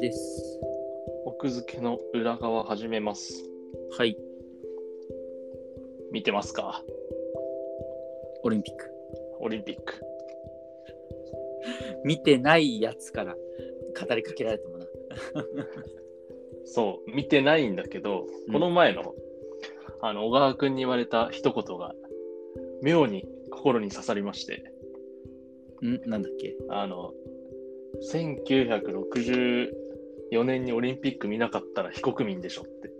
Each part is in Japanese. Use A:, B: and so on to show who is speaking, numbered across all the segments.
A: です。
B: 奥付けの裏側始めます。
A: はい、
B: 見てますか
A: オリンピック。
B: オリンピック。
A: 見てないやつから語りかけられてもな。
B: そう、見てないんだけど
A: う、ん
B: この前の、あの、小川くんに言われた一言が、妙に心に刺さりまして、
A: んなんだっけ
B: あの、1964年にオリンピック見なかったら非国民でしょって。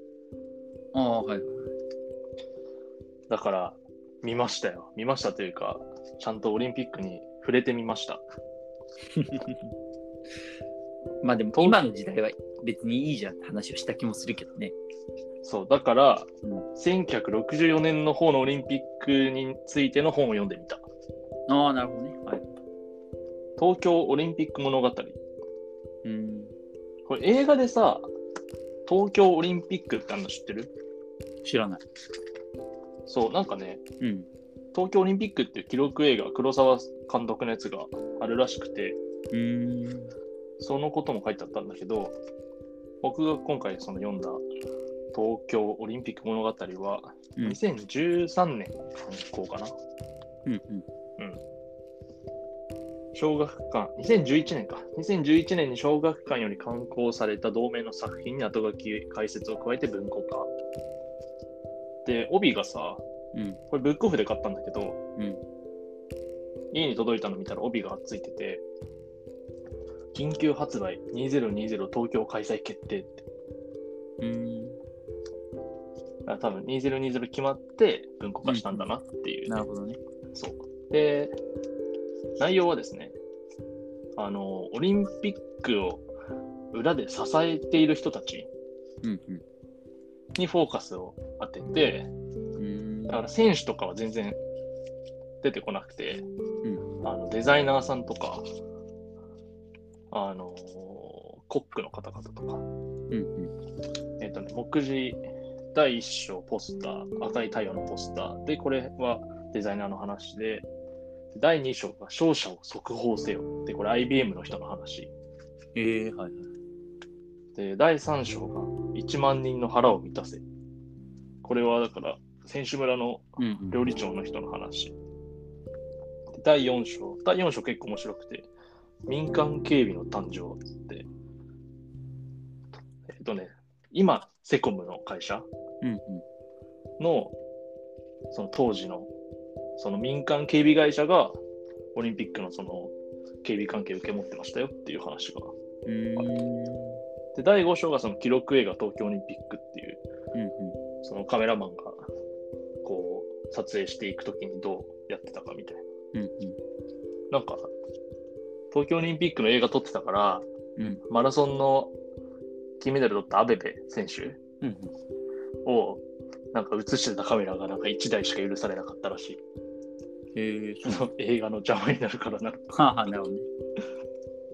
A: ああ、はい。
B: だから、見ましたよ。見ましたというか、ちゃんとオリンピックに触れてみました。
A: まあでも今の時代は別にいいじゃんって話をした気もするけどね。
B: そう、だから、
A: うん
B: 1964年の方のオリンピックについての本を読んでみた。
A: ああ、なるほどね。はい。
B: 東京オリンピック物語。
A: うん。
B: これ映画でさ、東京オリンピックってあるの知ってる
A: 知らない。
B: そう、なんかね、
A: うん。
B: 東京オリンピックっていう記録映画、黒沢監督のやつがあるらしくて、
A: うーん。
B: そのことも書いてあったんだけど、僕が今回その読んだ東京オリンピック物語は、
A: うん
B: 2013年刊行かな、
A: うんうん。
B: 小学館、2011年か。2011年に小学館より刊行された同名の作品に後書き解説を加えて文庫化。で、帯がさ、
A: うん
B: これブックオフで買ったんだけど、
A: うん
B: 家に届いたの見たら帯がついてて、緊急発売2020東京開催決定って。
A: うーん。
B: あ多分2020決まって文庫化したんだなっていう、
A: なるほどね。
B: そう。で、内容はですね、あの、オリンピックを裏で支えている人たち
A: うん
B: にフォーカスを当てて、
A: うん。うーん
B: だから選手とかは全然出てこなくて、あのデザイナーさんとか、あのコックの方々とか、
A: うんうん。
B: えっ、とね、目次第1章ポスター、赤い太陽のポスター。で、これはデザイナーの話で、第2章が勝者を速報せよ。で、これ IBM の人の話。
A: ええはいはい。
B: で、第3章が1万人の腹を満たせ。これはだから、選手村の
A: うん
B: 料理長の人の話。で第4章、第4章結構面白くて、民間警備の誕生っつって、えっとね、今、セコムの会社
A: うん
B: のその当時のその民間警備会社がオリンピックのその警備関係を受け持ってましたよっていう話が。
A: うん。うーん。
B: で、第5章がその記録映画東京オリンピックっていう、
A: うん
B: そのカメラマンがこう撮影していくときにどうやってたかみたい
A: うん。うん
B: な。なんか、東京オリンピックの映画撮ってたから、
A: うん。うん
B: マラソンの金メダル取ったアベベ選手
A: うん。
B: をなんか映してたカメラがなんか1台しか許されなかったらしい。
A: ええそう。
B: その映画の邪魔になるからなんか
A: はあはあ、なるほどね。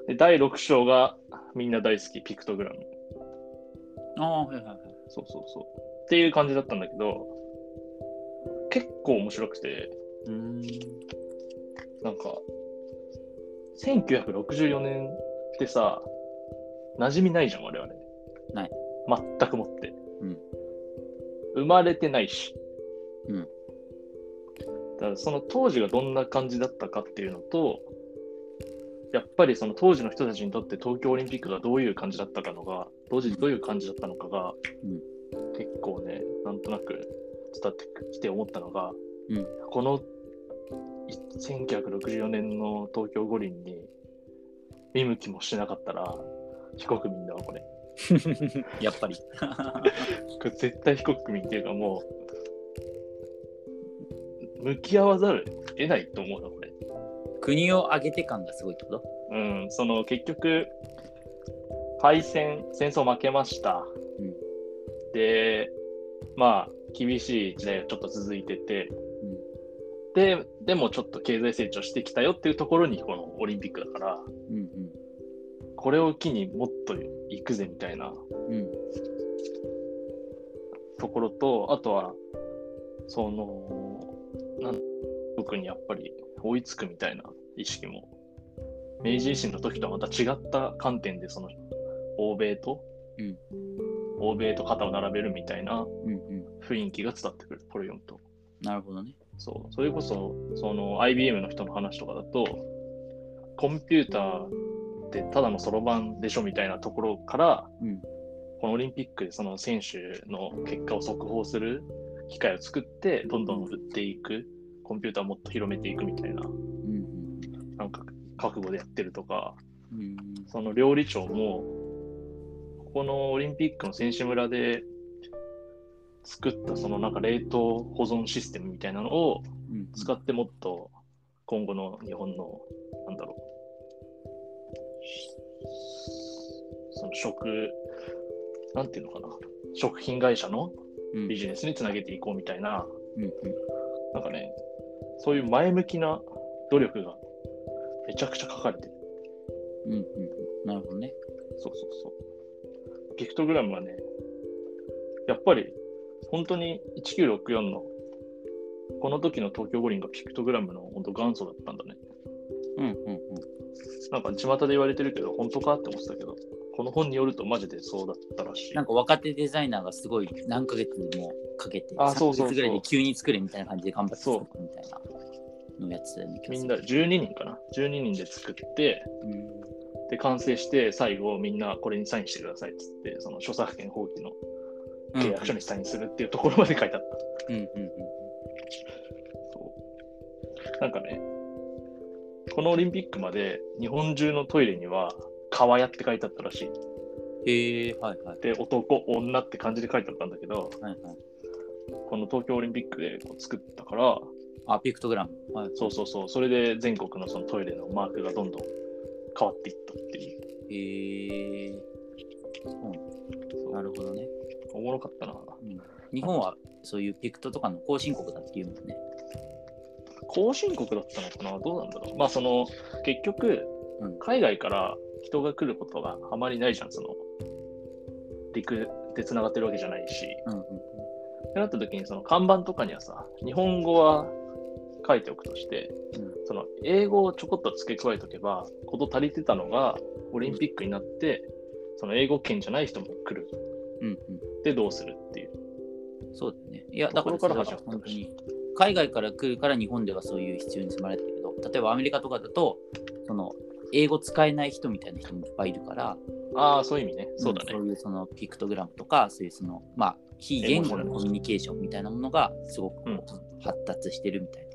B: で第6章がみんな大好きピクトグラム。
A: ああ、はいはいはい。
B: そうそうそう。っていう感じだったんだけど、結構面白くて、
A: うーん。
B: なんか、1964年ってさ、馴染みないじゃん、我々。
A: ない。
B: 全くもって。
A: うん
B: 生まれてないし。
A: うん
B: だからその当時がどんな感じだったかっていうのと、やっぱりその当時の人たちにとって東京オリンピックがどういう感じだったかのが、当時どういう感じだったのかが、
A: うん
B: 結構ね、なんとなく伝ってきて思ったのが、
A: うん
B: このい1964年の東京五輪に見向きもしなかったら、非国民だわ、これ。
A: やっぱり。
B: これ絶対非国民っていうかもう、向き合わざる得ないと思うな、これ。
A: 国を挙げて感がすごいってこと
B: うん、その結局、敗戦、戦争負けました。
A: うん
B: で、まあ、厳しい時代がちょっと続いてて、で、でもちょっと経済成長してきたよっていうところに、このオリンピックだから、
A: うんうん
B: これを機にもっと行くぜみたいな
A: うん
B: ところと、あとは、その、なん特にやっぱり追いつくみたいな意識も明治維新の時とはまた違った観点でその欧米と、
A: うん
B: 欧米と肩を並べるみたいな
A: うんう
B: 雰囲気が伝わってくるこれ読むと
A: ん。なるほどね。
B: そうそれこそその IBM の人の話とかだとコンピューターってただのそろばんでしょみたいなところから
A: うん。
B: このオリンピックでその選手の結果を速報する機会を作ってどんどん売っていくコンピューターをもっと広めていくみたいな
A: うん
B: なんか覚悟でやってるとか
A: うん。うん
B: その料理長も、ここのオリンピックの選手村で作ったそのなんか冷凍保存システムみたいなのを
A: うん。
B: 使ってもっと今後の日本の、なんだろう、その食、なんていうのかな、食品会社の
A: うん
B: ビジネスにつなげていこうみたいな、
A: うんうん。
B: なんかね、そういう前向きな努力がめちゃくちゃ書かれてる。
A: うんうんうん。なるほどね。
B: そうそうそう。ピクトグラムはね、やっぱり本当に1964のこの時の東京五輪がピクトグラムの本当元祖だったんだね。
A: うんうんうん。
B: なんか巷で言われてるけど、本当かって思ってたけど、この本によるとマジでそうだったらしい。
A: なんか若手デザイナーがすごい何ヶ月にもかけて、
B: あそうそうそう
A: 3ヶ月ぐらいで急に作れみたいな感じで頑張って作るみたいなのやつの気がする
B: みんな12人かな ?12 人で作って、
A: うん
B: で、完成して、最後みんなこれにサインしてくださいっつって、その著作権放棄の契約書にサインするっていうところまで書いてあった。
A: うんうんうん
B: そう。なんかね、このオリンピックまで日本中のトイレには、川屋って書いてあったらしい。
A: へえはいはい
B: で、男、女って漢字で書いてあったんだけど、
A: はいはい
B: この東京オリンピックでこう作ったから、
A: あピクトグラムはい
B: そうそうそう、それで全国のそのトイレのマークがどんどん変わっていったってい
A: へ
B: う。
A: え
B: そう
A: なるほどね、
B: おもろかったな。
A: うん日本はそういうピクトとかの後進国だっていうもんね
B: 後進国だったのかなどうなんだろうまあその、結局
A: うん、
B: 海外から人が来ることがあまりないじゃん、その、陸でつながってるわけじゃないし。
A: うんうん
B: ってなった時にその看板とかにはさ日本語は書いておくとして、
A: う
B: その英語をちょこっと付け加えとけば事足りてたのがオリンピックになってその英語圏じゃない人も来る
A: うん
B: でどうするっていう
A: うんそうだよねいやだから
B: ところから
A: それは
B: 始ま
A: 本
B: った
A: 当
B: らしい
A: に海外から来るから日本ではそういう必要に迫られてるけど例えばアメリカとかだとその英語使えない人みたいな人もいっぱいいるから
B: ああそういう意味ねそうだね、
A: んそういうそのピクトグラムとか、そういうその、まあ、非言語のコミュニケーションみたいなものがすごくこう
B: うん
A: 発達してるみたい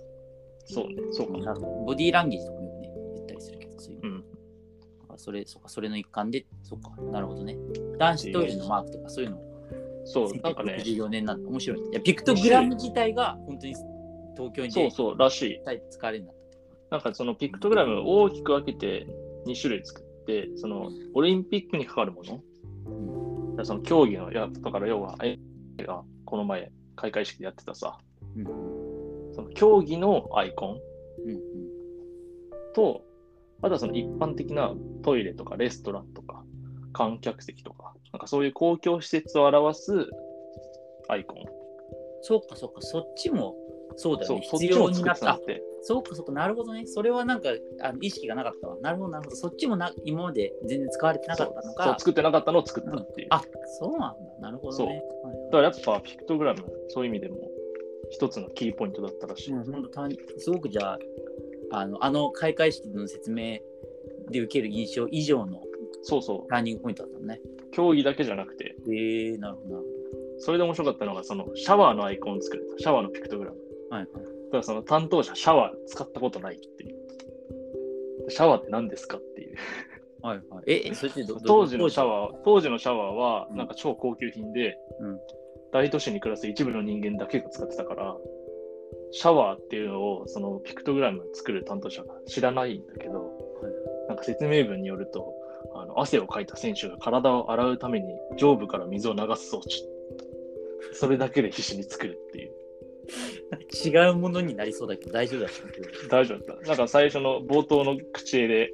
B: そうねそうか
A: な。ボディーランゲージとかもよくね、言ったりするけど、そういう
B: う
A: の。
B: ん
A: だからそれ、そっか、それの一環で、そっか、なるほどね。男子トイレのマークとかそういうのも、
B: そうなんかね
A: 1964年なんだ。面白い。いや、ピクトグラム自体が本当に東京に
B: そうそうらしい
A: 絶対使われるんだった。
B: なんかそのピクトグラムを大きく分けて2種類作ってそのオリンピックにかかるもの
A: うん。
B: だからその競技のやだから要はあれがこの前開会式でやってたさ
A: うん。
B: その競技のアイコン
A: うん。
B: と、あとはその一般的なトイレとかレストランとか観客席とか、なんかそういう公共施設を表すアイコン。
A: そうか、そうか、そっちも、そうだ
B: そ
A: よ
B: う
A: ね。、
B: そっ
A: 必
B: ち
A: 要
B: も
A: に
B: 作
A: な
B: っ
A: って
B: な
A: た
B: く。て。
A: そうかそうかなるほどねそれはなんかあの意識がなかったわなるほどなるほどそっちもな今まで全然使われてなかったのか
B: そう、作ってなかったのを作ったっていう。だ
A: あそうなんだなるほどねはいはい
B: からやっぱピクトグラム、そういう意味でも一つのキーポイントだったらしい。
A: うんほんと単にすごくじゃああのあの開会式の説明で受ける印象以上の
B: そうそ
A: ターニングポイントだったのね
B: う、競技だけじゃなくて、
A: へえなるほどなる
B: それで面白かったのが、そのシャワーのアイコンを作る、シャワーのピクトグラム。
A: ほどはいはい
B: ただその担当者、シャワー使ったことないっていう。シャワーって何ですかっていう。
A: はいはいええそれってど
B: 当時のシャ
A: ー
B: ワー、当時のシャワーは
A: うん
B: なんか超高級品で、
A: うん
B: 大都市に暮らす一部の人間だけが使ってたから、シャワーっていうのをそのピクトグラム作る担当者が知らないんだけど、なんか説明文によると、あの汗をかいた選手が体を洗うために上部から水を流す装置。それだけで必死に作るっていう。
A: 違うものになりそうだけど大丈夫だった
B: 大丈 夫だった。なんか最初の冒頭の口絵で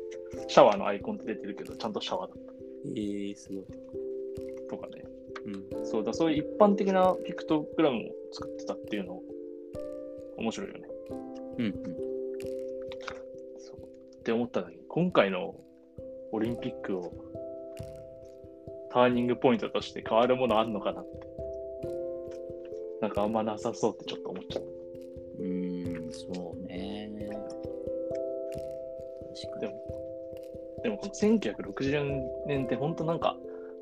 B: シャワーのアイコンって出てるけど、ちゃんとシャワーだっ
A: ええすごい、
B: たとかね。
A: うん、
B: そうだ、そういう一般的なピクトグラムを作ってたっていうの、面白いよね。
A: うんうん
B: そうって思っただけど、今回のオリンピックをターニングポイントとして変わるものあんのかなって。なんかあんまなさそうってちょっと思っちゃっ
A: うーん、そうね。確かに。
B: た。でもこの1960年って本当なんか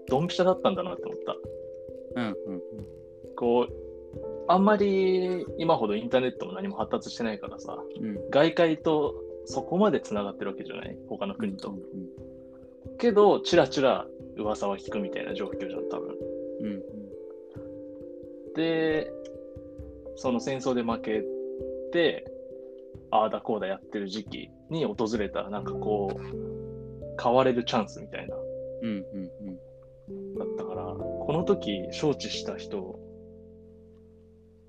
B: ドンピシャだったんだなって思った。
A: うんうん
B: こう、あんまり今ほどインターネットも何も発達してないからさ、
A: うん。うん。
B: 外界とそこまでつながってるわけじゃない他の国と。
A: うん
B: けど、ちらちら噂は聞くみたいな状況じゃん、多分。
A: うんうん
B: で、その戦争で負けて、ああだこうだやってる時期に訪れた、なんかこう、変われるチャンスみたいな、
A: うんうんうん
B: だったから、この時、承知した人、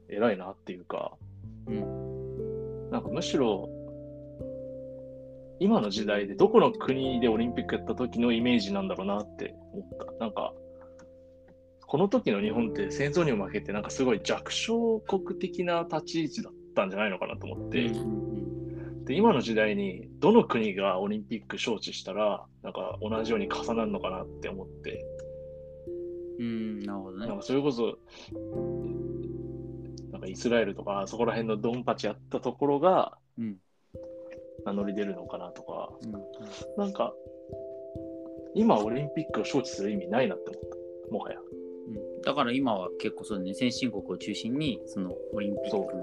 B: 偉いなっていうか、
A: う
B: なんかむしろ、今の時代でどこの国でオリンピックやった時のイメージなんだろうなって思った。なんか、この時の日本って戦争にも負けて、なんかすごい弱小国的な立ち位置だったんじゃないのかなと思って、
A: うん
B: で今の時代にどの国がオリンピック招致したら、なんか同じように重なるのかなって思って、
A: うん、なるほどね
B: なん。かそれこそ、なんかイスラエルとか、そこら辺のドンパチやったところが
A: うん
B: 名乗り出るのかなとか、
A: うん
B: なんか、今オリンピックを招致する意味ないなって思った、もはや。
A: うんだから今は結構そうだね、先進国を中心に、そのオリンピッ
B: そ
A: ク、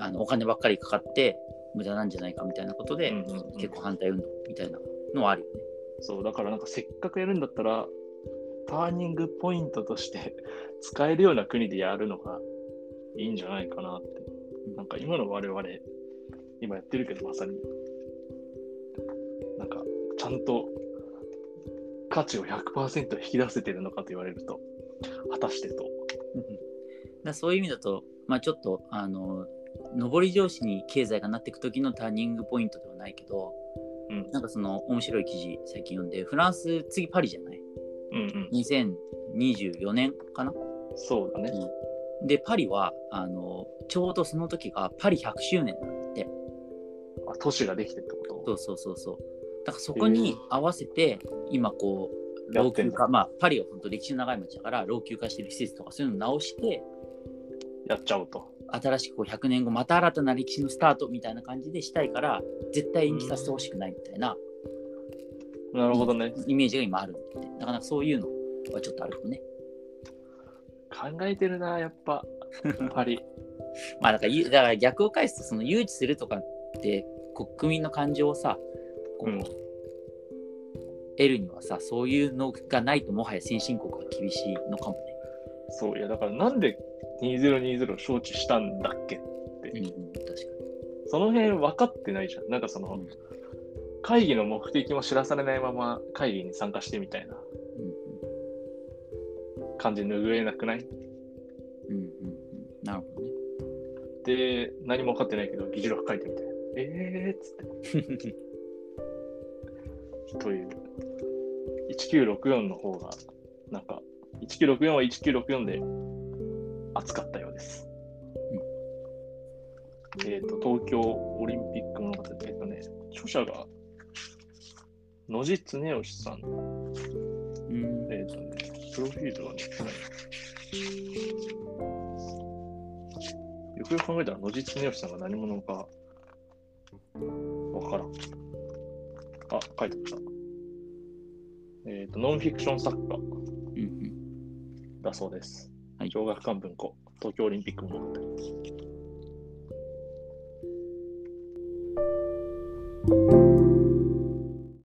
A: あのお金ばっかりかかって、無駄なんじゃないかみたいなことで、
B: うんうんうん
A: 結構反対運動みたいなのはあるよね。
B: そう、だからなんかせっかくやるんだったら、ターニングポイントとして 使えるような国でやるのがいいんじゃないかなって。なんか今の我々、今やってるけどまさに、なんかちゃんと価値を100%引き出せてるのかと言われると、果たしてと。
A: だそういう意味だと、まあ、ちょっとあの上り調子に経済がなっていく時のターニングポイントではないけど、
B: うん
A: なんかその面白い記事最近読んでフランス次パリじゃない
B: うんうん。
A: 2024年かな、
B: そうだね。
A: でパリはあのちょうどその時がパリ100周年なんだって
B: あ都市ができてってこと
A: そうそうそうそうだからそこに合わせて今こう
B: や
A: 老
B: ってん
A: 朽
B: だ
A: 化まあパリは本当歴史の長い街だから老朽化してる施設とかそういうのを直して
B: やっちゃおうと。
A: 新しくこう100年後また新たな歴史のスタートみたいな感じでしたいから絶対延期させてほしくないみたいな
B: なるほどね。
A: イメージが今あるんでなかなかそういうのはちょっとあるかもね
B: 考えてるな、やっぱ。パリ。
A: まあだからゆだから逆を返すとその誘致するとかって国民の感情をさこう、
B: うん
A: 得るにはさそういうのがないともはや先進国は厳しいのかもね
B: そう、いやだからなんで2020を招致したんだっけ
A: うん、うん、確か
B: その辺分かってないじゃん。なんかその、
A: うん
B: 会議の目的も知らされないまま会議に参加してみたいな
A: に
B: 感じ拭えなくない
A: うんうんうんうんなるほどね
B: で、何も分かってないけど、議事録書いてみたいな。えーっつって。という。1964の方が、なんか、1964は1964で熱かったようです。えっ、と、東京オリンピック物語、えっ、とね、著者が野地恒義さん
A: うん
B: えっ、とね、プロフィールはね、よくよく考えたら、野地恒義さんが何者か、わからん。あ、書いてあった。えっ、と、ノンフィクション作家
A: うんうん
B: だそうです。
A: はい
B: 小学館文庫、東京オリンピック物語。